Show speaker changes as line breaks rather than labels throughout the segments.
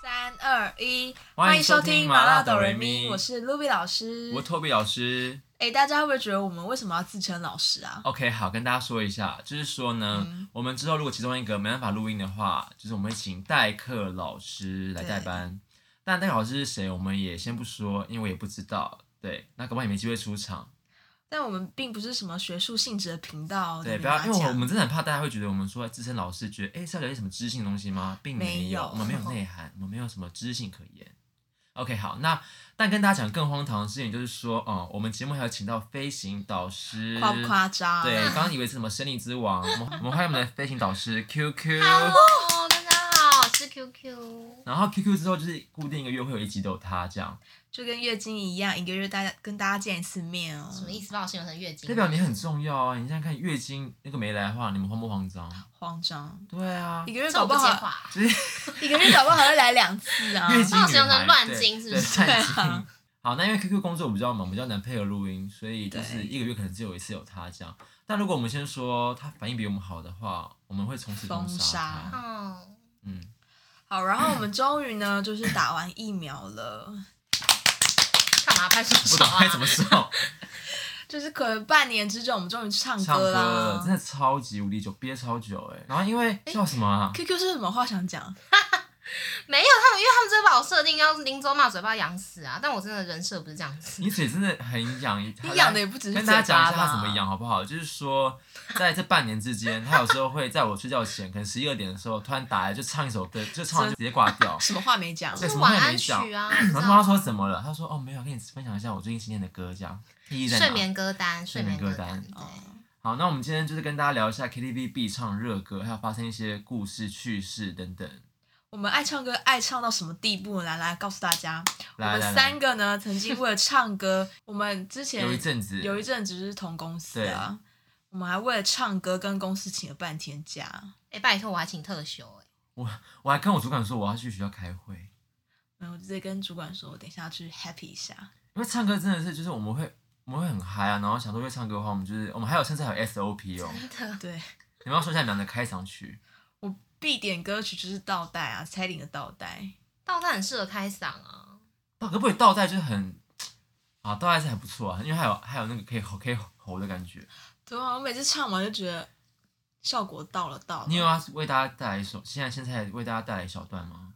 三二一，
欢迎
欢迎收
收听
听
麻辣
辣
哆
哆
瑞
瑞
咪
我是 Ruby 老师。
我托比老师
哎，大家会不会觉得我们为什么要自称老师啊？
，OK，好，跟大家说一下，就是说呢，
嗯
我们之后如果其中一个没办法录音的话，就是我们会请代课老师来代班。但代课老师是谁，我们也先不说，因为我也不知道。对，那搞不好也没机会出场。
但我们并不是什么学术性质的频道，
对，
你
不要，
跟
因
大
为
家
我们真的很怕大家会觉得我们说自称老师，觉得哎、诶是要了解什么知性的东西吗？并
没有
有，我们没有内涵，我们没有什么知性可言。OK，好，那但跟大家讲更荒唐的事情就是说，哦、我们节目还有请到飞行导师，
讲夸不夸张？
啊
对，刚刚以为是什么森林之 王，我们我们欢迎我们的飞行导师 QQ。
Hello，大哦家好，我是 QQ。
然后 QQ 之后就是固定一个月会有一集都有他这样，
就跟月经一样，一个月大家跟大家见一次面哦。
什么意思？把我形容成月经？
代表你很重要啊！你现在看月经那个没来的话，你们慌不慌 张？
慌张，
对啊
一，个月
哦这
搞
我不接
好，
话。
就是
一个月搞不好会来两次啊。
月经
把我
女
形容成
孩
乱
对
经是不
对
是
乱
对
经
啊
好，那因为 QQ 工作比较忙，比较难配合录音，所以就是
对
一个月可能只有一次有他这样。但如果我们先说他反应比我们好的话，我们会从此封
封
杀
杀
他。
嗯，
嗯，
好，然后我们终于呢，就是打完疫苗了，
干嘛拍手
不
手
懂哎
啊？
该怎么说。
就是可能半年之久，我们终于唱
唱
歌啊
歌
啦。
真的超级无敌久，憋超久哎、然后因为叫什么啊？
QQ 是不是有什么话想讲？
没有他们，因为他们真的把我设定要拎走骂嘴巴养死啊！但我真的人设不是这样子。
你嘴真的很 痒，你
你养的也不只是
跟大家
嘴
讲一
巴
下他
吧
怎么痒好不好？就是说，在这半年之间，他有时候会在我睡觉前，可能十一二点的时候，突然打来就唱一首歌，就唱完就直接挂 掉。
什么话没讲？
对
是
什么
晚
都没
安曲
讲
啊
然后妈妈说怎么了？他说哦没有，跟你分享一下我最近新练的歌，这样意义在哪？
睡眠歌单，睡眠
睡眠
单。
歌哦
对，
好，那我们今天就是跟大家聊一下 KTV 必唱热歌，还有发生一些故事、趣事等等。
我们爱唱歌爱唱到什么地步？来来，告诉大家，我
来
们
来
三
来，
个呢，曾经为了唱 歌，我们之前
有一阵子，
有一阵子就是同公司啊，我们还为了唱歌跟公司请了半天假。
哎，拜托，我还请特休哎。
我还跟我主管说我要去学校开会，
然后我直接跟主管说，我等一下要去 happy 一下。
因为唱歌真的是就是我们会我们会很嗨啊，然后想说会唱歌的话，我们就是我们还有甚至还有 SOP 哦。
的，
对
你们要说一下你们的开场曲，
我必点歌曲就是倒带啊，蔡依林的倒带。
倒带很适合开嗓啊。
倒可不可以倒带就是很啊，倒带是还不错啊，因为还有还有那个可以吼可以吼的感觉。
对啊，我每次唱完就觉得效果到了到了。
你有啊要为大家带来一首，现在现在为大家带来一小段吗？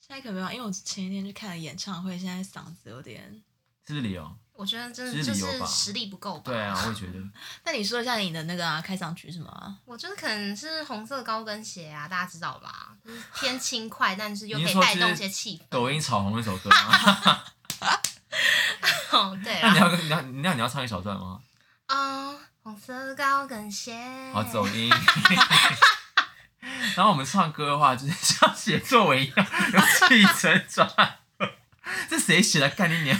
现在可没有，啊因为我前一天去看了演唱会，现在嗓子有点。
是不是理由？
我觉得真
其实
的就
理由
是
吧
实力不够吧。
对啊，我也觉得。
那你说一下你的那个啊，开场曲是什么啊？
我觉得可能是红色高跟鞋啊，大家知道吧？就是偏轻快，但是又可
你
以
说
带动
就
一些
是
气氛。
抖音炒红那首歌吗？
哦，对
那
啦
你，要你要你要你要唱一小段吗？
啊、红色高跟鞋。
好走音。 然后我们唱歌的话，就是 像写作文一样，有起承转合。这谁写的？干你娘！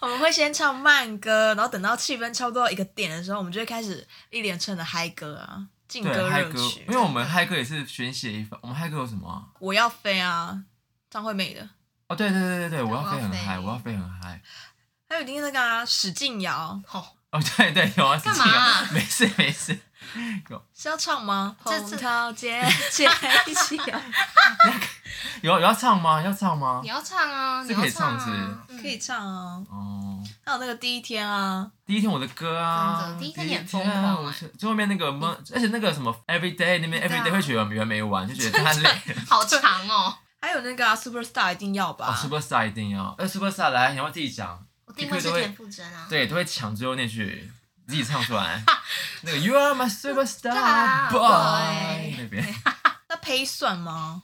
我们会先唱慢歌，然后等到气氛差不多一个点的时候，我们就会开始一连串的嗨歌啊，劲
对，
歌
嗨
热
歌，
曲。
因为我们嗨歌也是选写一番。我们嗨歌有什么啊？
我要飞啊，张惠妹的，
哦，对对对对对，我要
我要
飞很
飞
嗨，我要飞很嗨。
还有今天那个、啊、史劲瑶
哦，
哦，对对，有啊，是
干
这个
嘛
没事没事。
是要唱吗？
这
红
次
桃 姐姐一起啊摇，
有有要唱吗？要唱吗
你？要唱啊，
这
你
可
要
以
唱
唱
啊，
可以唱啊。
哦，
还有那个第一天啊，
第一天我的歌啊
真，的第一天你很疯
第一天啊
狂
我
欸
是最后面那个梦，而且那个什么 every day 那边 every
对啊
day 会觉得原没完，就觉得太累了。
嗯。好 长哦，
还有那个、啊、Superstar 一定要吧。
哦，Superstar 一定要，哎，Superstar 来，你要不要自己讲，
我定位是
你可以
田馥甄啊。
对，都会抢最后那句，自己唱 出来，那个 You are my superstar
啊
Star
boy
boy
那边，
那胚算吗？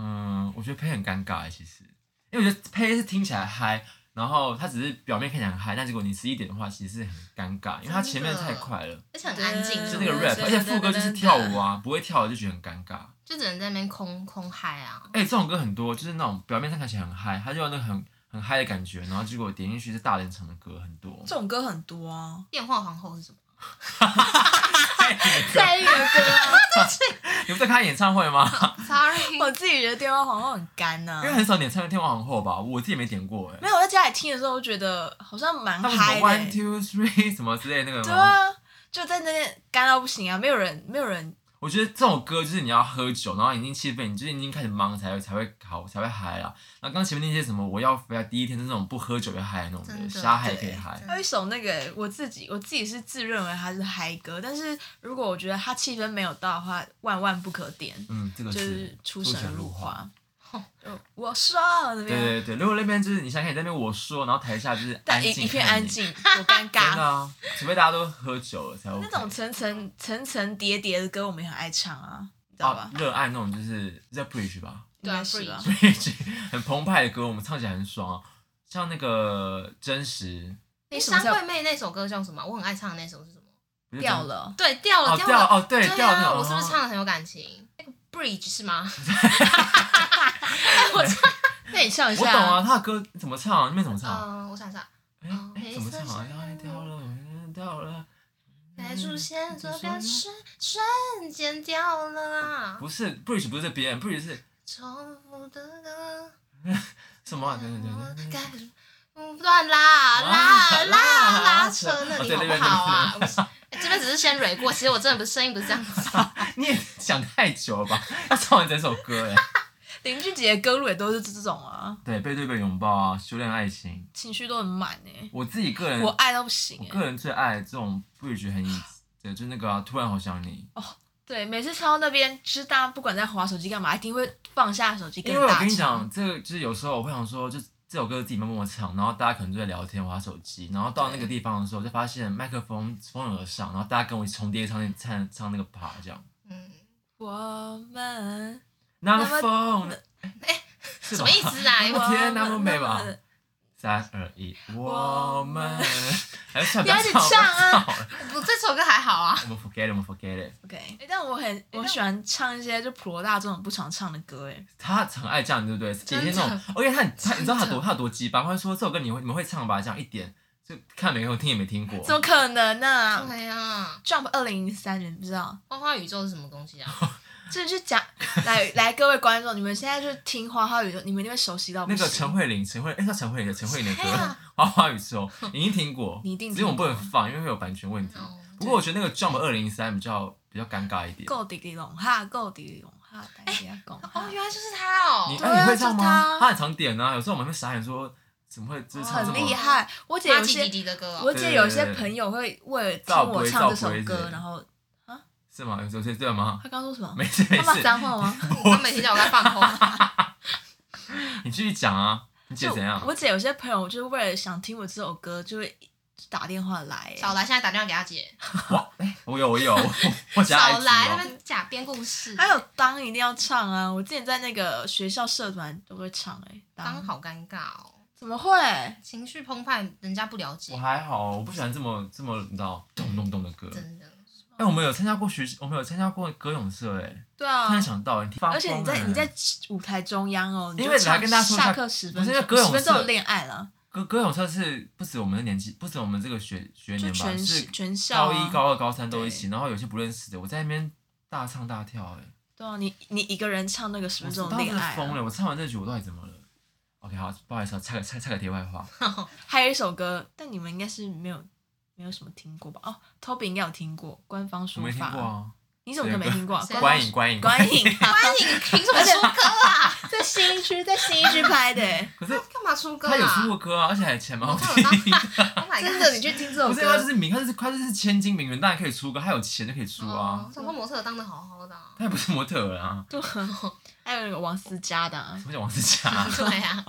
嗯，我觉得呸很尴尬欸其实，因为我觉得呸是听起来嗨，然后他只是表面看起来很嗨，但结果你实一点的话，其实是很尴尬，因为他前面太快了，
而且很安静，
就
真
那
的
个
嗯
rap，
对
而且副歌就是跳舞啊，不会跳的就觉得很尴尬。
就只能在那边空空嗨啊。
哎、这种歌很多，就是那种表面上看起来很嗨，他就有那个很 很嗨的感觉，然后结果点进去是大人唱的歌很多。
这种歌很多啊。
电话皇后是什么？
你
在意的歌啊。
们在看演唱会吗？
，sorry，
我自己觉得电话皇后很干呐、
因为很少点唱《天王皇后》吧，我自己也没点过哎。
没有，我在家里听的时候，我觉得好像蛮
他们
嗨
什么 one
的、欸。
two three 什么之类的那个
对
吗？
啊，就在那边干到不行啊，没有人，没有人。
我觉得这种歌就是你要喝酒，然后已经气氛，你就是已经开始忙才会才会好才会嗨啦。那刚前面那些什么我要飞啊，第一天是那种不喝酒就嗨的那种
真
的，
的
瞎嗨也可以嗨
对。
还有一首那个欸我自己，我自己是自认为它是嗨歌，但是如果我觉得它气氛没有到的话，万万不可点，
嗯，这个
就是出神入
化。
化。就我说啊那
对
边，
对对，如果那边就是你想想看你在那边我说，然后台下就是安
但一
静，
一片安，静，多尴
真的
尬。
啊，除非大家都喝酒了才 OK。
那种层层层层叠叠的歌，我们也很爱唱啊，你知道
啊
吧，？
热爱那种就是叫 preach 吧
对啊
应该是吧
不
，preach 很澎湃的歌，我们唱起来很爽啊。像那个真实，
你什么
张
时候
惠妹那首歌叫什么？我很爱唱的那首是什么？
不是
掉
真
了？
对，掉了，
哦掉
了，
哦对
对
掉
啊，
了，
我是不是
哦
唱的很有感情？那个 bridge 是吗？哎我唱，
那你唱一
我
下
懂啊，他的歌怎么唱？你们怎么唱？
嗯，我想想，
哎
哦，
哎怎么唱啊？
黑色
要掉了，哎掉了。嗯
该出现坐标是瞬间掉了啊！
不是 bridge，不是别人，bridge 是
重复的歌，
什么啊？对
嗯
对对对对。
该不断拉拉拉拉扯那
哦
里好不好啊？我是哎这边只是先蕊过，其实我真的不是声音不是这样子。
啊你也想太久了吧？ 要唱完整首歌哎。
林俊杰的歌路也都是这种啊，
对，背对背拥抱啊，修炼爱情。
情绪都很满哎，
我自己个人，
我爱到不行
我
哎。
个人最爱这种 bridge 很隐，对，就那个啊、突然好想你。
对，每次唱到那边，就是大家不管在划手机干嘛，一定会放下手机跟
因为我
大
跟你
唱。
讲，这个就是有时候我会想说，就这首歌自己默默唱，然后大家可能就在聊天、玩手机，然后到那个地方的时候，就发现麦克风蜂拥而上，然后大家跟我一起重叠唱唱唱那个趴这样。
嗯，
我们
那个风，
哎，
是
什
吧
么意？思 啊？
我天那么美吧
吧？
三二一，
我
我们，还是唱
不要一直
唱
唱啊
不要唱了
不，这首歌还好啊。
我们 forget it，我们 forget it。
OK，诶但我很我喜欢唱一些就普罗大众很不常唱的歌，哎，
他很爱这样，对不对？
真
每
的
天那种，而且他很他你知道他
真的
多他有多鸡巴，他会说这首歌你会你们会唱吧？这样一点就看没有听也没听过。
怎么可能呢、
对啊哦呀，
j u m p 二零零三，你们不知道？
花花宇宙是什么东西啊？
这就讲来 来，各位观众，你们现在就听花花宇宙，你们一定会熟悉到不
那
行
个陈慧琳，陈慧，哎、叫陈慧琳，陈慧琳的歌
谁
《
啊
花花宇宙》，你一定听 过，
你一定
只是我
听
们不
过嗯
能放，因为会有版权问题。
哦
不过我觉得那个 Jump 二零一三比较比较尴尬一点。
够迪迪龙哈，够迪迪龙哈，大家讲哈
哦，原来就是他哦
你。
对
哎、
啊
你会
就
唱
他哦
吗？他很常点啊，有时候我们会傻眼说怎么会就是唱
很
这么
厉害。我姐
花
有
季
些
迪迪的歌哦，
我姐有一些朋友会为了听我唱这首歌，然后
是吗？有时候是这 样吗？
她刚说什么？
没事没
她骂
事，
脏话吗？
我刚没听到，我在放 空。
你继续讲啊。你姐
就
怎样？
我姐有些朋友就是为了想听我这首歌，就会打电话来。
少来，现在打电话给他姐。
哇，哎、我有我有，我我我加
少
IG
来那
哦。
边假编故事，
还有当一定要唱啊！我之前在那个学校社团都会唱哎、
当好尴尬哦，
怎么会？
情绪澎湃，人家不了
我
解，
还好，我不喜欢这么这么你知道咚咚咚的歌。哎、
真的。
我们有参加过学，我们有参加过歌咏社、哎、
对啊
突，然想到，你发
而且你在
疯了
你在舞台中央哦，你
因
就
为我
唱
还跟大家说一下
下课十分
不
钟，
是因为歌咏
十分钟
社
有恋爱了，
歌歌咏社是不止我们的年纪，不止我们这个学学
就
年吧，
全
是
全校、
高
啊、
一、高二、高三都一起。然后有些不认识的，我在那边大唱大跳、欸，
对啊，你你一个人唱那个十
我
分钟
当
的
时
恋爱、
疯
啊，
了。我唱完这局，我到底怎么了？OK，好，不好意思啊，插个插插个题外 话。
还有一首歌，但你们应该是没有没有什么听过吧？哦，Toby 应该有听过官方
我
书
没听
法，
过啊，
你怎么可能没听过、啊？
谁啊
观影观影
观
影。
影，
关你凭什么出歌啊？
在新一区，在新一区拍 的、欸，
可是
干嘛出歌
他有出过
啊？
歌啊，而且还钱蛮好
我
听
看我
的。
Oh my god
真的，你去听这首
不是他就
歌，
是名，他就是他就是千金名媛，当然可以出歌，他有钱就可以出
哦
啊。
想说模特当的好好的啊，
他也不是模特儿啊，
就很好。还有那个王思佳的、啊，
我想王思佳，
对啊呀，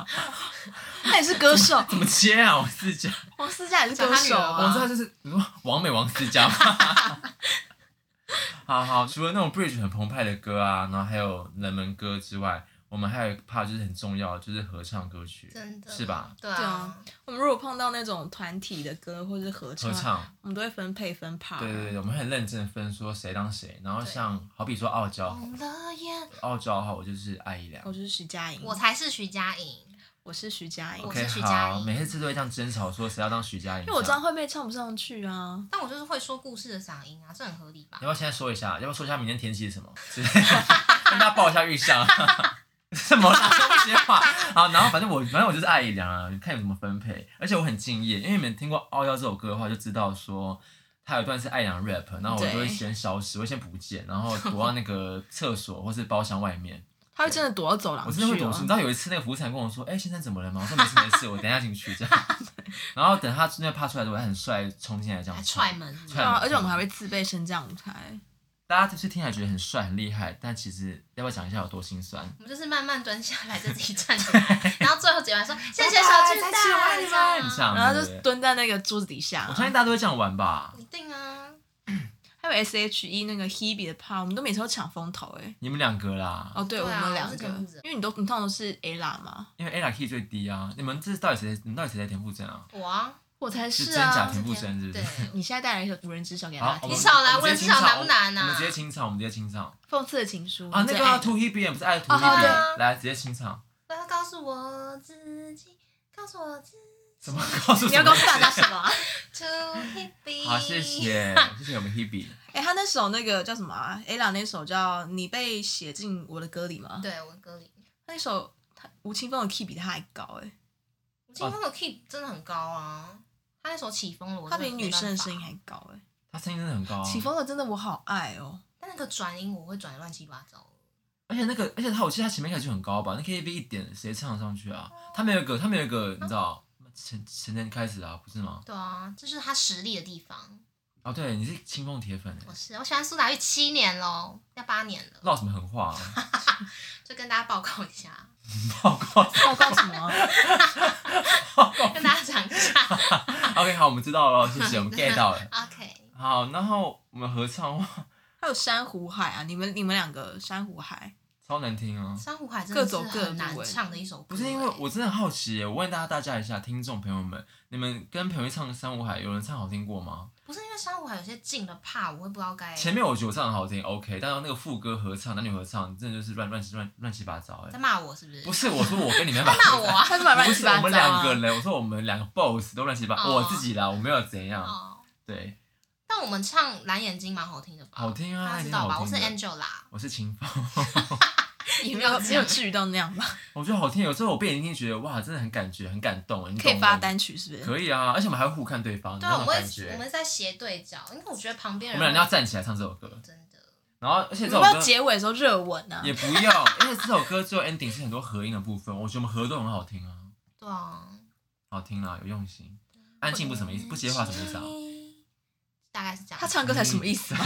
他也是歌手，
怎么接啊？王思佳，
王思佳也是歌手
哇
王
啊
思。佳就是你说 王美王思佳吗？好好，除了那种 bridge 很澎湃的歌啊，然后还有冷门歌之外，我们还有一 part 就是很重要，就是合唱歌曲，
真的
是吧？？
对
对
啊
啊，我们如果碰到那种团体的歌或者是合唱，啊
合唱，
我们都会分配分 part。啊
对对对，我们很认真地分说谁当谁，然后
对哦
像好比说傲娇，
红了眼，
傲娇的话我就是爱一良，
我就是徐佳莹，
我才是徐佳莹，
我我是徐佳莹
我
OK，
是徐佳
好，
莹
每次都会这样争吵，说谁要当徐佳莹。
因为我知道。会被唱不上去啊。
但我就是会说故事的嗓音啊，这很合理吧
要不？要现在说一下？要不要说一下明天天气是什么？ 之类的跟大家报一下预象。 什么啦？说这些话好，然后反正我反正我就是爱一良啊，看有什么分配。而且我很敬业，因为你们听过《傲娇》这首歌的话，就知道说他有一段是爱良 rap，然后我就会
对
先消失，我会先不见，然后躲到那个厕所或是包厢外面。
他会真的躲到走廊
我
去
真的会躲
哦
书。你。知道有一次那个服务生跟我说：“哎、先生怎么了吗？”我说：“没事没事，我等一下进去。”这样， 然后等他真的怕出来的时候，我还很帅冲进来这
还
样
踹。门是不是
对
踹
啊，
门
而且我们还会自备升降台。
大家就是听起来觉得很帅很厉害，但其实要不要讲一下有多心酸？
我们就是慢慢蹲下来，再自己站起来，然后最后结完说谢谢小巨蛋，这样
很
啊
像，
然后
对
就啊哦
不对
蹲在那个桌子底下
我。相信大家都会这样玩吧？
一定啊，
还有 S H E 那个 Hebe 的 part，我们都每次都抢风头哎、
你们两个啦，
哦，对，
对
我
啊
们
我
两
是
个
跟着，
因为你都你通常都是 A 啦嘛，
因为 A 拉 key 最低啊。你们这到底谁？你们到底谁在田馥甄啊？
我啊，
我才是
是真假
啊。
田馥甄是不
对
是？，
你现在带来一首无人知晓给大家，
好我
听
们
你，少来
我们直接
问
清
这
场
场难不难啊
我们直接清场，我们直接清场
讽刺的情书
啊！那个啊
图
To He B 不是爱 To
哦
He
对
B，来直接清场。
我要告诉我自己，告诉我自己
什么？告诉
你要告诉
什么
大家什么 啊？
，to happy。
好，谢。谢，谢谢我们 Hebe。
哎、他那首那个叫什么啊？A 啦那首叫《你被写进我的歌里》吗？
对，我歌里，
那首他吴青峰的 key 比他还高哎、
哦
吴青峰的 key 真的很高啊，他那首起风了，我
他
真
比
的
女
没办
生的
法
声音，还高哎、
他声音真的很高、啊，
起风了真的我好爱哦、
但那个转音我会转得乱七八糟。
而且那个，而且他我记得他前面一开始就很高吧，啊那 K T V 一点谁唱得上去啊？他没有一个，他没有一个，你知道前前天开始啊，不是吗？
对啊，这就是他实力的地方。
哦，对，你是清风铁粉欸，
我是我喜欢苏打绿七年喽，要八年了，
唠什么狠话、啊？
就跟大家报告 一下，
报 告。
报告什么啊？
哦
跟大家讲一下。
OK，好，我们知道了， 谢谢，我们 get 到了。
OK，
好，然后我们合唱哇，
还有珊瑚海啊，你们你们两个珊瑚海，
超难听啊！
珊瑚海真
各
的是
走各的
很难
部位
唱的一首歌欸。
不是因为我真的好奇耶，我问大家大家一下，听众朋友们，你们跟朋友一唱《三五海》，有人唱好听过吗？
不是因为珊瑚海有些进了怕，我会不知道该
前面我觉得我唱的好听，OK，但是那个副歌合唱、男女合唱，真的就是乱乱乱乱七八糟哎
在。骂我是不是？
不是，我说我跟 你没办
在
法
骂
合
我
唱。
啊！
他是把乱
不
七
是
八
我
糟
们两个
啊。
人，我说我们两个 boss 都乱七八，
哦
我自己啦，我没有怎样，
哦，
对，
但我们唱《蓝眼睛》蛮好听的吧？
好听啊，
大
还
家知
挺
道吧？
好
我是
听的。
Angela，
我是秦风，
也没有没有至于到那样吧？
我觉得好听，有时候我被你听觉得哇，真的很感觉很感动，欸你懂
可以
吗
发，单曲是不是？
可以啊，而且我们还会互看对方，
对
你知
啊，
道
我们
那种感
会我
觉，
们在斜对角，因为我觉得旁边
我
人
们两个要站起来唱这首歌，
真的
然后而且
你
这
要
首
不要
歌
结尾的时候热吻啊？
也不要，因为这首歌最后 ending 是很多合音的部分，我觉得我们合都很好听啊，
对啊，
好听啦，有用心，安静不什么意思，不接话什么意思啊？
大概是这样。
他唱歌才什么意 思啊？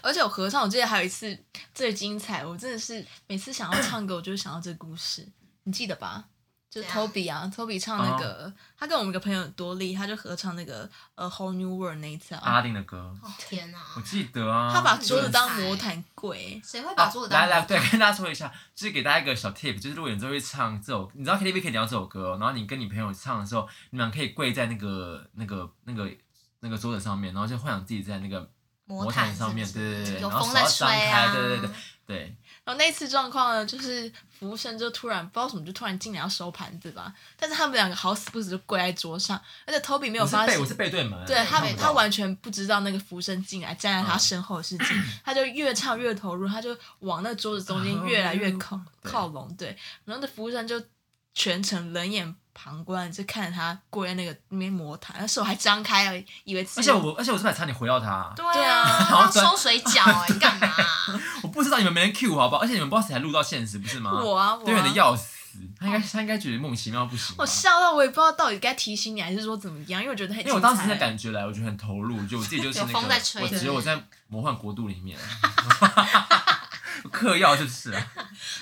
而且我合唱，我记得还有一次最精彩，我真的是每次想要唱歌，我就会想到这个故事，你记得吧？就是
怎样
Toby 啊，Toby 唱那个，
哦
他跟我们一个朋友多利，他就合唱那个《A Whole New World》那一次啊，
阿丁的歌，
哦天
我
啊，
记得啊，
他把桌子当魔毯柜，
谁会把
啊
桌子当
来来，对，跟大家说一下，就是给大家一个小 tip，就是如果你之后会唱这首，你知道 KTV 可以聊这首歌哦、然后你跟你朋友唱的时候，你们俩可以跪在那个那个那个那个桌子上面，然后就幻想自己在那个
魔
毯
毯
上面
是啊不
对
是
对对
有
然后
风
手
在
要
吹
张开
啊，
对对对对，
然后那次状况呢，就是服务生就突然不知道什么，就突然进来要收盘子吧，但是他们两个好死不死就跪在桌上，而且 Toby 没有
我是
发
背
现
我，是背对门，
对他
看不到嗯
他完全不知道那个服务生进来站在他身后的事情，他就越唱越投入，他就往那桌子中间越来越靠
哦对
靠拢，对，然后那服务生就全程冷眼旁观，就看着他跪在那个那边磨他，那手还张开而已，以为自
而
己
且我而且我这边还差点回到他，
对
啊
啊，
然后
要
转
收水饺哎，你干嘛啊？
我不知道你们没人 Q 好不好？而且你们不知道谁还录到现实不是吗？
我啊我
对的
啊。
要死，他应该他应该觉得莫名其妙不行吧。
我笑到我也不知道到底该提醒你还是说怎么样，因为我觉得很
因为我当时的感觉来，我觉得很投入，就我自己就是那个，
有风在吹
我
对
觉得我在魔幻国度里面， 嗑药是不是啊？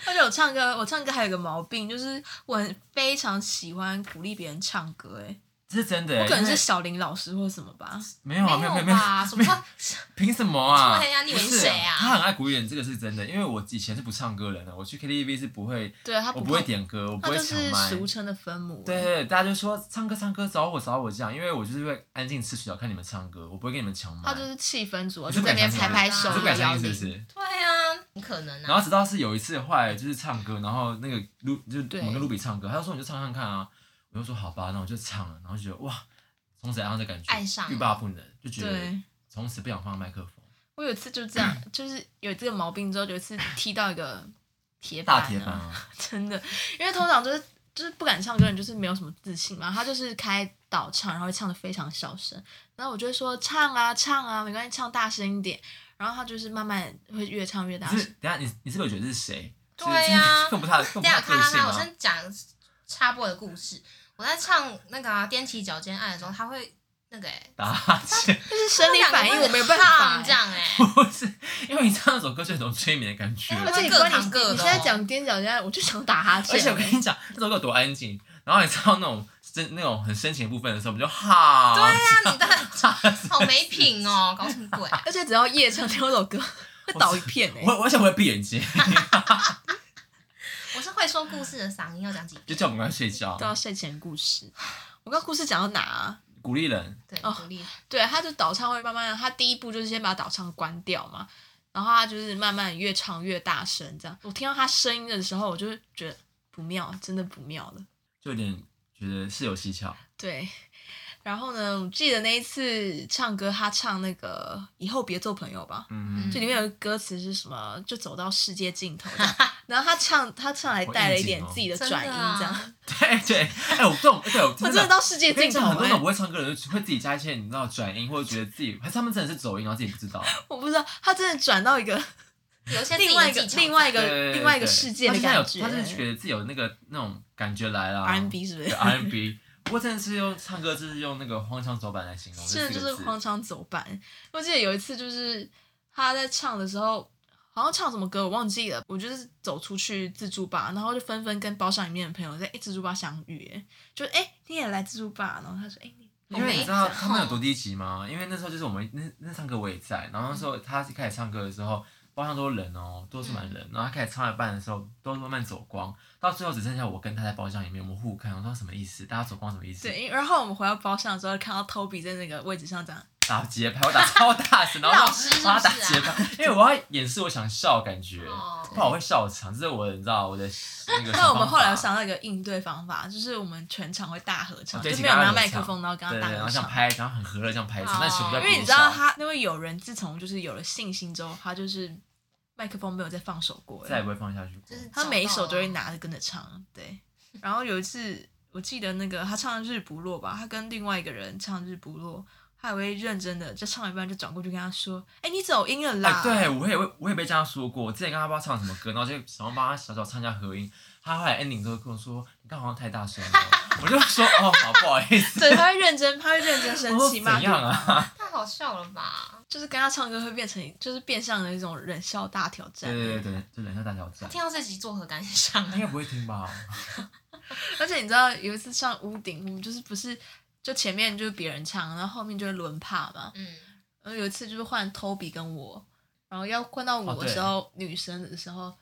而且我唱歌，我唱歌还有个毛病，就是我很非常喜欢鼓励别人唱歌，哎，
这是真的、欸，
我可能
因为
是小林老师或什么吧。
没有啊，没
没
有没有没有，
吧？什么话？
凭什么啊？
对啊你以为
不是
谁啊
他很爱鼓励人，这个是真的，因为我以前是不唱歌的人的，啊我去 KTV 是不会，
对他
我
不
不
碰
会点歌，我不
他
会
就
抢
是
麦。
俗称的分母。
对对对，大家就说唱歌唱歌找我找我这样，因为我就是会安静吃薯条看你们唱歌，我不会跟你们抢麦。
他就是气氛组，啊
你
就在那边
不敢
拍
相信
拍
是不
手啊
是你是不
摇摇
敢相信是
铃
不。是？
对啊，很可能
然
啊。
后直到是有一次，后来就是唱歌，然后那个露就是
对
我们跟露比唱歌，他就说你就唱唱看啊，我就说好吧，然后我就唱了，然后就觉得哇，从此爱上这感觉，
爱上了
欲罢不能，就觉得
对，
从此不想放麦克风，
我有一次就这样，就是有这个毛病之后，有一次踢到一个铁板、啊，
大铁板啊，
真的，因为通常就是就是不敢唱歌的人，就是没有什么自信嘛。他就是开导唱，然后唱的非常小声，然后我就会说唱啊唱啊，没关系，唱大声一点。然后他就是慢慢会越唱越大
可是
声。
等一下你你是不是有觉得是谁？就是
对呀
更不他更
等
不
一
他
下看
个
看
性
看，我
啊，
先讲插播的故事。我在唱那个啊踮起脚尖爱的时候，他会那个哎、
打哈欠，
就是生理反应，我没有办法、欸
唱这样哎、
不是因为你唱那首歌就有种催眠的感觉
哎，
而且你不知道你
各
你
的哦
你现在讲踮脚尖，我就想打哈欠。
而且我跟你讲，那首歌有多安静，然后你知道那种真那种很深情的部分的时候，我们就哈，
对呀、 你的好没品哦，搞什么鬼？
而且只要夜唱这首歌，会倒一片哎、
我我想我会闭眼睛，
我是会说故事的嗓音，要讲几遍？
就叫我们赶快睡觉
啊
都，要睡前故事。我刚故事讲到哪、啊？
鼓励人。
对，
哦
鼓励。
对，他就导唱会慢慢，他第一步就是先把导唱关掉嘛，然后他就是慢慢越唱越大声这样。我听到他声音的时候，我就觉得不妙，真的不妙了。
就有点觉得是有蹊跷。
对，然后呢，我记得那一次唱歌，他唱那个以后别做朋友吧，
嗯，
就里面有一个歌词是什么，就走到世界尽头 这样然后他唱，他唱还带了一
哦
点自己的转音这样，
啊，
对对，哎，我这种对我
我
真
真的
的。
到世界
因为
尽
像很
头
多
哎、
那种不会唱歌的人，就会自己加一些你知道转音，或者觉得自己还是他们真的是走音，然后自己不知 道。
我不知道他真的转到一个
有一些自己
另
的
外一个
技巧
另外一
对对
个
对
另外一个
对
世界
他
的
现在有
感觉、
他就是觉得自己有那个那种感觉来了。
R&B 是不
对
是？
R&B，不过真的是用唱歌，就是用那个荒腔走板来形容，
真的
这
就
四个
是
字
荒腔走板。我记得有一次就是他在唱的时候，好像唱什么歌我忘记了。我就是走出去自助吧，然后就纷纷跟包厢里面的朋友在诶自助吧相遇，诶就诶你也来自助吧，然后他说诶你
因为你知道他
哦
们有多
低，
低级吗？因为那时候就是我们那那唱歌我也在，然后那时
嗯
候他一开始唱歌的时候，包厢都是人哦，都是满人，然后他开始唱到一半的时候，都慢慢走光，到最后只剩下我跟他在包厢里面，我们互看，我说什么意思？大家走光什么意思？
对，然后我们回到包厢的时候，看到 Toby 在那个位置上这样，
打节拍，我打超大声，然后
老师是不是
帮
啊
他打节拍，因为我要掩饰我想笑的感觉，
哦
不然我会笑场，这是我你知道我 的那个。
那我们后来有。想到一个应对方法，就是我们全场会大合唱，
哦对
就
请
没有
大家
拿
合
麦克
唱
风，然后跟
对
他
对，
大
然后
合
这样
唱。
拍，然后很和乐这样拍一次，
哦
但全部在
因为你知
憋
道
笑
他那位友人，自从就是有了信心之后，他就是麦克风没有再放手过了，
再也不会放下去过。
就是
他每一首都会
拿。
拿着跟着唱，对。然后有一次，我记得那个他唱《日不落》吧，他跟另外一个人唱《日不落》，他还会认真的，就唱一半就转过去跟他说：“哎、你走音了啦
哎，！”对我也我也被这样说过。我之前跟他不知道唱什么歌，然后就想要帮他小小唱一下合音。他后来 ending 之后跟我说：“你刚好像太大声了。” 我就说：“哦，好，不好意思。
对，他会认真，他会认真”生
我说
气骂
怎
对方
样啊？
太好笑了吧！
就是跟他唱歌会变成，就是变相的一种忍笑大挑
对
战。
对对对，就忍下大挑战。
听到这集作何感想啊
他？应该不会听吧？
而且你知道有一次上屋顶，我们就是不是就前面就是别人唱，然后后面就会轮帕嘛。
嗯，
然后有一次就是换 Toby 跟我，然后要换到
哦
我的
对
时候，女生的时候，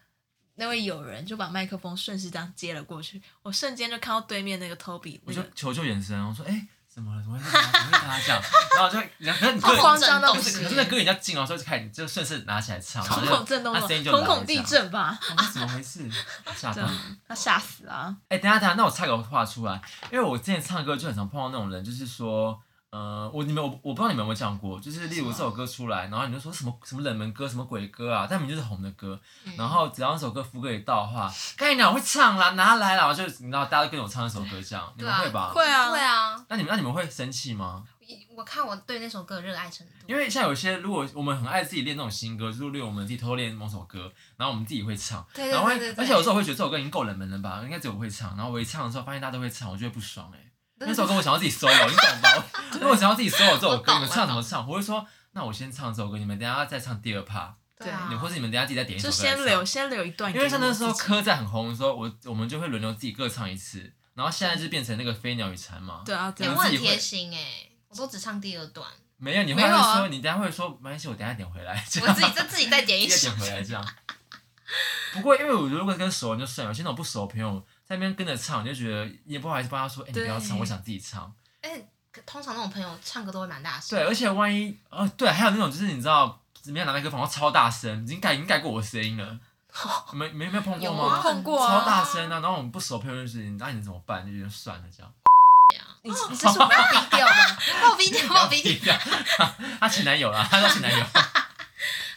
那位友人就把麦克风顺势这样接了过去，我瞬间就看到对面那个 Toby
我
那
就
个
求救眼神，我说：“哎，怎么了？怎么会跟他怎么会跟他讲？”然后我就然后你
好
歌
慌张到不行
可是那歌比较近哦，所以就开始就顺势拿起来唱，
瞳
然后
孔
就
震动
他声音，就
瞳
来
孔
了
地，
这样
震吧，
我说怎么回事？吓
这
到
样。他吓死啊！
哎、等一下等一下，那我插个话出来，因为我之前唱歌就很常碰到那种人，就是说，呃，我你们我我不知道你们有没有讲过，就是例如这首歌出来，然后你就说什么什么冷门歌，什么鬼歌啊，但明明就是红的歌，
嗯
然后只要那首歌副歌一到的话，跟你讲我会唱啦，拿来啦，然后就你知道大家都跟我唱那首歌这样，你
对
们
啊，
会吧？
会啊
会啊。
那你们那你们会生气吗？
我看我对那首歌的热爱程度，
因为像有些，如果我们很爱自己练那种新歌，就是例如我们自己偷练某首歌，然后我们自己会唱，
对对
然后会
对对对
而且有时候我会觉得这首歌已经够冷门了吧，应该只有我会唱，然后我一唱的时候发现大家都会唱，我就会不爽哎、那首歌我想要自己 solo，你懂吧？我如果想要自己 solo 这
我
首歌，
懂
你们
我
唱什
懂
么唱？我会说，那我先唱这首歌，你们等一下再唱第二 part，
对啊，
你或者你们等一下自己再点一首
就
歌来
先
唱
留先留一段给
因
我
为
自己，
像那时候柯在很红的时候，我我们就会轮流自己各唱一次，然后现在就变成那个飞鸟与蝉嘛。
对啊，对
哎、
啊
我
们自
很
己会
贴心哎、我都只唱第二 段，
没有，你
没
会
有啊
说你等一下会说没关系，我等一下点回来。这
我
样
自己再自己再点 一
直接
首
点。回来这样。不过，因为我如果跟熟人就算了，有些那种不熟的朋友在那边跟着唱，你就觉得也不好意思帮他说，哎、你不要唱，
对
我想自己唱。
哎、可通常那种朋友唱歌都会蛮大声，
对，而且万一哦，对，还有那种就是你知道怎么样拿麦克风，然后超大声，已经盖已经盖过我的声音了。你们没没有碰过
有
我
吗
啊？
碰过
超
啊，
大声啊！然后我们不熟朋友认识你，那你怎么办？就觉得算了这样。
你你是说我要低调吗？
爆鼻 涕，爆鼻涕。
掉，她前男友啦，她说前男友，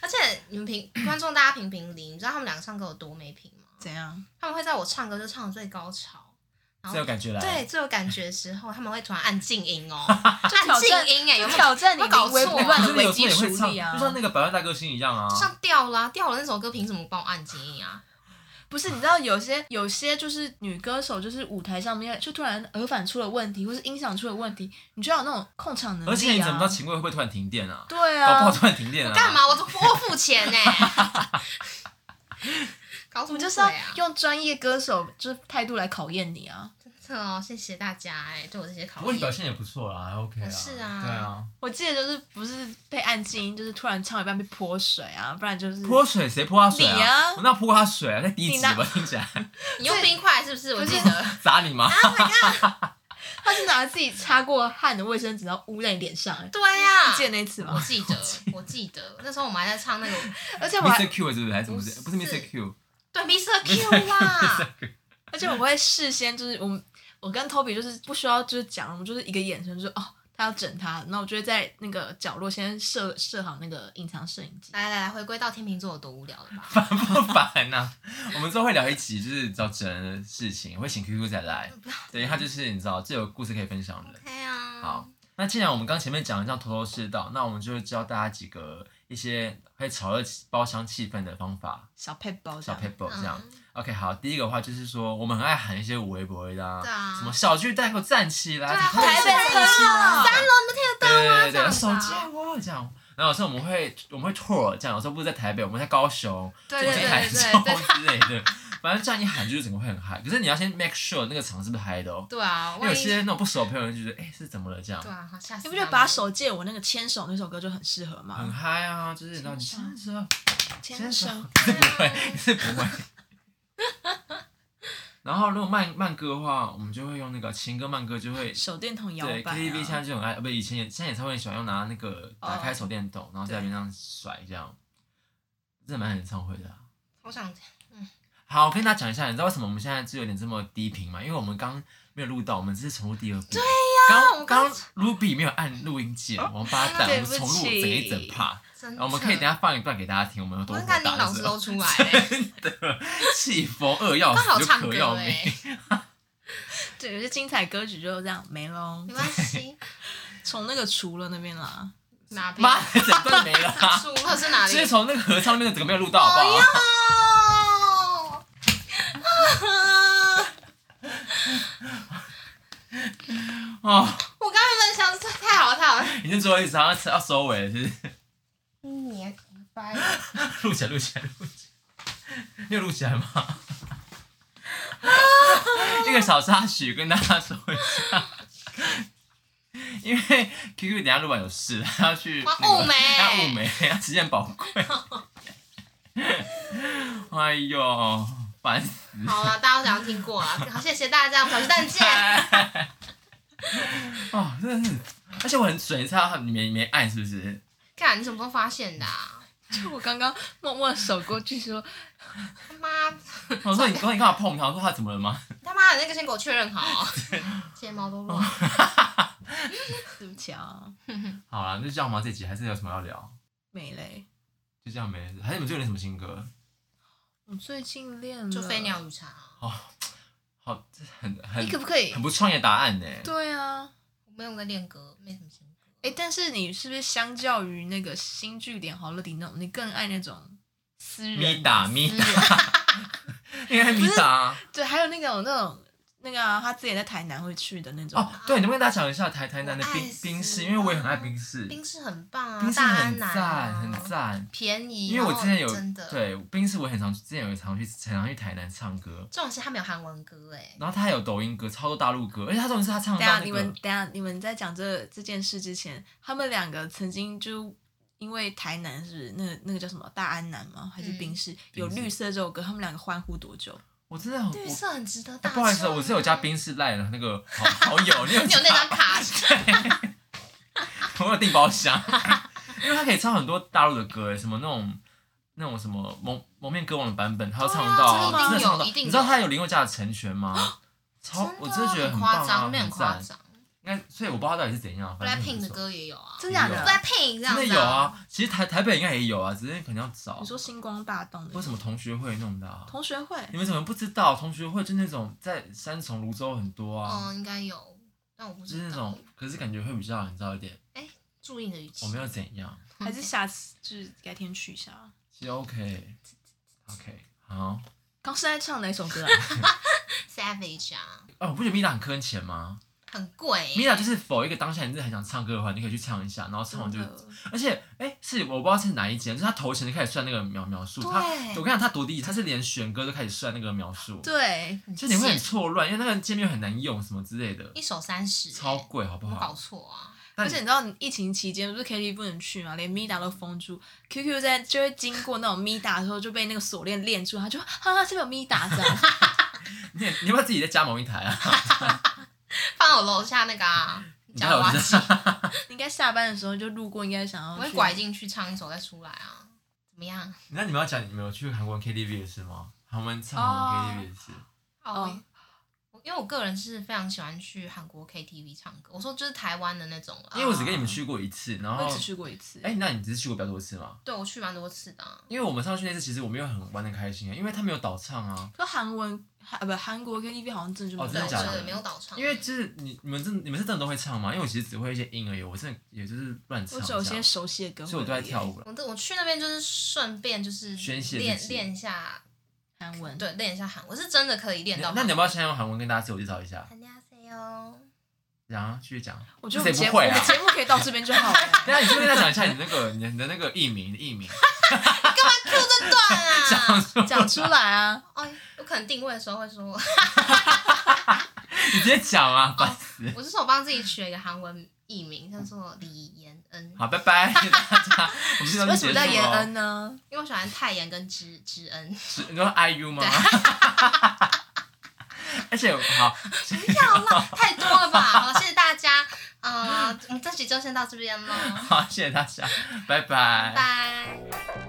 而且你们评观众大家评评理，你知道他们两个唱歌有多没品吗？
怎样？
他们会在我唱歌就唱的最高潮，然
这有
后
感觉来。
对最有感觉的时候，他们会突然按静音哦，
就
按
挑
静
战，
音 哎，有
就
没有？
挑战你
有没有搞
临危
错
不
啊
乱
可
的
是
危
你有时候
机
也
处
会唱，
理
就像
啊！
那个百万大歌星一样啊
就。像掉啦、掉了那首歌，凭什么帮我按静音啊？
不是，你知道有些有些就是女歌手，就是舞台上面就突然耳返出了问题，或是音响出了问题，你就要有那种控场能力啊。
而且你怎么知道秦桧会不会突然停电啊？
对
搞不好
啊，
突然停电啊？
干？嘛？我都我付钱呢、搞
我
什么
们就是
鬼
要
啊？
用专业歌手就是态度来考验你啊！
真的哦，谢谢大家哎、对我这些考
不过你表
验。
现也不错啦还，OK 啦。
是啊
对啊。
我记得就是不是被按静音，就是突然唱一半被泼水啊，不然就是
泼水谁泼他水
你啊
我那泼过他水啊，在第一集
你
吧，听起来
你用冰块是不是？我记得
砸你吗？
他是拿自己擦过汗的卫生纸，然后捂在你脸上、欸。
对呀、
啊
记得那次
我
吗？
记得，我记得那时候我们还在唱那个
而且我还，
Mr. Q 是不是？还是不是？不
不
是
是
Mr. Q，
对 Mr. Q 啦，
而且我会事先就是我们，我跟 Toby 就是不需要就是讲，我们就是一个眼神就是哦，他要整他，那我就会在那个角落先设设好那个隐藏摄影机。
来来来，回归到天秤座有多无聊了吧？
烦不烦呐、我们之后会聊一集，就是找整人的事情，会请 QQ 再来。对，他就是你知道，这有故事可以分享的。
对啊，
好，那既然我们刚前面讲的这样头头是道，那我们就教大家几个一些可以炒热包厢气氛的方法，
小配包这
小
样
paper 这样。
嗯
OK，好，第一个的话就是说，我们很爱喊一些五微博的、啊，
对啊
什么小巨蛋给我站起来，
对啊
你快
台
点
北
站起来
很
三楼你们听得到吗？
对对
这
对，
样子
手
啊
借我这样。然后有时候我们会我们会 tour 这样，有时候不是在台北，我们在高雄，
对
我
对
们在
对
台
对
中
对对
之类的。反正这样一喊就是整个会很嗨，可是你要先 make sure 那个场是不是嗨的哦。
对啊，
因为有
万一
些那种不熟的朋友就觉得，哎、是怎么了这样
对，啊，好吓
你
死他们！
不觉得把 手借我那个牵手那首歌就很适合
很
吗？
嗨啊，就是那种
牵手
牵手，
牵手，
是不 会，是不会。然后如果慢慢歌的话，我们就会用那个情歌慢歌，就会
手电筒摇
对
摆、啊。
KTV 现在就很爱，呃不以前也现在演唱会很喜欢用拿那个打开手电筒，然后在边上甩这样，真的蛮演唱会的啊、
我想
好，我跟大家讲一下，你知道为什么我们现在就有点这么低频吗？因为我们刚没有录到，我们只是重录第二部。对
我
呀
们
刚
刚
刚 Ruby 没有按录音键，王八蛋，我
对
们
不起
重录整一整 part，
真
然
的，
哦后我们可以等一下放一段给大家听，我们哦有
嗯我
多火
跟
大
甘霖老师
的
都出 来了，
气疯二要
刚好
死就
唱
可
歌
要命。
哎，
对，有些精彩歌曲就这样没喽
没，关系，
从那个除了那边啦。
哪边
妈，整段没 了啊，
输了是哪里哎
所以？从那个合唱那边整个没有录到，好不好？
哦，
哦，
我刚原本想说太好了太好了，
已经最后一张要收尾了，是不是？
你拜，
录起来，录起来，录起来。 你有录起来吗？一个小插曲跟大家说一下，因为 QQ 等一下录完有事，他要去
哇
那个
雾眉
他要雾眉，他时间宝贵。 哎呦，烦死！
好了，大家都想要听过了，好谢谢大家，我们小鸡蛋见。
哦，真的是，而且我很准，你知道你没没按是不 是？
看你怎么都发现的、啊？
就我刚刚默默手过去说，
他妈，
我说你，我说你干嘛碰他？我说他怎么了吗？
他妈的那个先给我确认好，哦睫毛都
哦
乱。
对不起啊，
好啦，那就这样吗？这集还是有什么要聊？
美嘞，就
就这样没了，还是你们最近有什么新歌？
我最近练了，
就飞，鸟与茶，啊
好，这很很
你可不可以
很？不创业答案呢。
对啊，
我没有在练歌，没什么心。
哎，但是你是不是相较于那个新剧《脸好乐迪》那种，你更爱那种私人
咪打咪
私
打
人，
应该米达啊
对，还有那种那种那个啊、他之前在台南会去的那种，
哦，对，你们跟大家讲一下台台南的
我爱
冰
死
冰室，因为我也很爱冰室，
冰室很棒啊，
冰室
大安
很
南、
赞
啊、
很赞。
便宜。
因为我之前有
然后真的
对冰室，我很常去，之前有常去很常去台南唱歌，
这种是他没有韩文歌哎，
然后他有抖音歌，超多大陆歌，而且他重点是他唱
等一
到
下
哦那
啊你们
个
等一下你们在讲这这件事之前，他们两个曾经就。因为台南是不是那个那个叫什么大安南吗？还是
嗯
冰室、有
冰室
绿色这首歌，他们两个欢呼多久？
我真的很
绿
我
色很值得
哎
大、
不好意思，我是有加，冰室赖的那个 好好友，你有
你有那
加
张卡，
我有订包厢。 因为他可以唱很多大陆的歌，哎，什么那种那种什么蒙蒙面歌王的版本，他都唱得到、
对啊
真的唱得到。
一定有
你
一定有哦
知道他有林宥嘉的《成全》吗？超，我真的觉得
很
棒
夸
啊，
张，那很夸
赞。
张。
应该，所以我不知道他到底是怎样。反正很
Blackpink
不
的
错，
歌也有啊
真假的
有
，Blackpink 这
真
样
的
子
有。啊。其实台台北应该也有啊，只是可能要找
你。说星光大道
为
的
什么同学会弄的啊？
同学会
你们怎么不知道？同学会就那种在三重、泸州很多
哦
啊，
嗯，应该有，但我不
就是
知
那
道
种。，可是感觉会比较你知道一点，
注意你的语气
我。没有怎样，
还是下次就是改天去一下。啊
其实 OK，OK，、好。
刚是在唱哪首歌啊？
Savage 啊，
哦，我不觉得 Mira 很坑钱吗
很贵。
？Mira 就是否一个当下你真的很想唱歌的话，你可以去唱一下，然后唱完就
真的
而且，哎、是我不知道是哪一间，就是他投钱就开始算那个描描述。他，
对
我跟你讲，他多低，他是连选歌都开始算那个描述，
对，
就你会很错乱，因为那个界面很难用什么之类的，
一首三十，哎
超贵，好不
有没有搞
好？
错啊？
但
而且你知道，疫情期间不是 KTV 不能去嘛，连 Mida 都封住。QQ 在就会经过那种 Mida 的时候，就被那个锁链链住，他就啊，这边有 Mida 这样。
你你要不要自己再加盟一台啊？
放我楼下那个啊，
你
夹
还有
娃
这
机，
你应该下班的时候就路过，应该想要
我
去
会拐进去唱一首再出来啊。怎么样？
那你们要讲你们有去韩国 KTV 的事吗？韩文唱韩国 KTV 的事，
哦
哦，
我因为我个人是非常喜欢去韩国 KTV 唱歌，我说就是台湾的那种啦。
因为我只跟你们去过一次，然后
我，只去过一次。
哎、那你只是去过比较多次吗？
对我去蛮多次的啊、
因为我们上去那次，其实我没有很玩的开心啊，因为他没有倒唱啊。
可韩文韩呃不韩国 KTV 好像真的就
哦真的
没有
假的
对对，没有倒唱，
因为就是你你们真你们是真的都会唱吗？因为我其实只会一些音而已，我真的也就是乱唱
我
一
只
下，
有一些熟悉的歌，
所以我都在跳。舞了。
我都我去那边就是顺便就是
宣泄自
练
己
练一下，
韩文
对，练一下韩文，我是真的可以练到
那
韩
那
文。
你要不要先用韩文跟大家自我介绍一下？
안녕하세요
然后继续 讲。
我觉得我们
谁
节
不
目、
会
我
啊
们？节目可以到这边就好了。
等一下你是不是再讲一下你那个你的你的那个艺名？你的艺名
不这段 啊！
讲出来啊！
哦，有可能定位的时候会说，
你直接讲啊，烦死！
我是说我帮自己取了一个韩文艺名，叫做李延恩，
好，拜拜大家，我们这
为
段
什么
结束
叫延
了。
恩呢？
因为我喜欢泰妍跟知知恩。
是你说 IU 吗
对？
而且好，
不要啦，太多了吧？好了，谢谢大家，呃，我们这集就先到这边喽，
好，谢谢大家，拜
拜拜。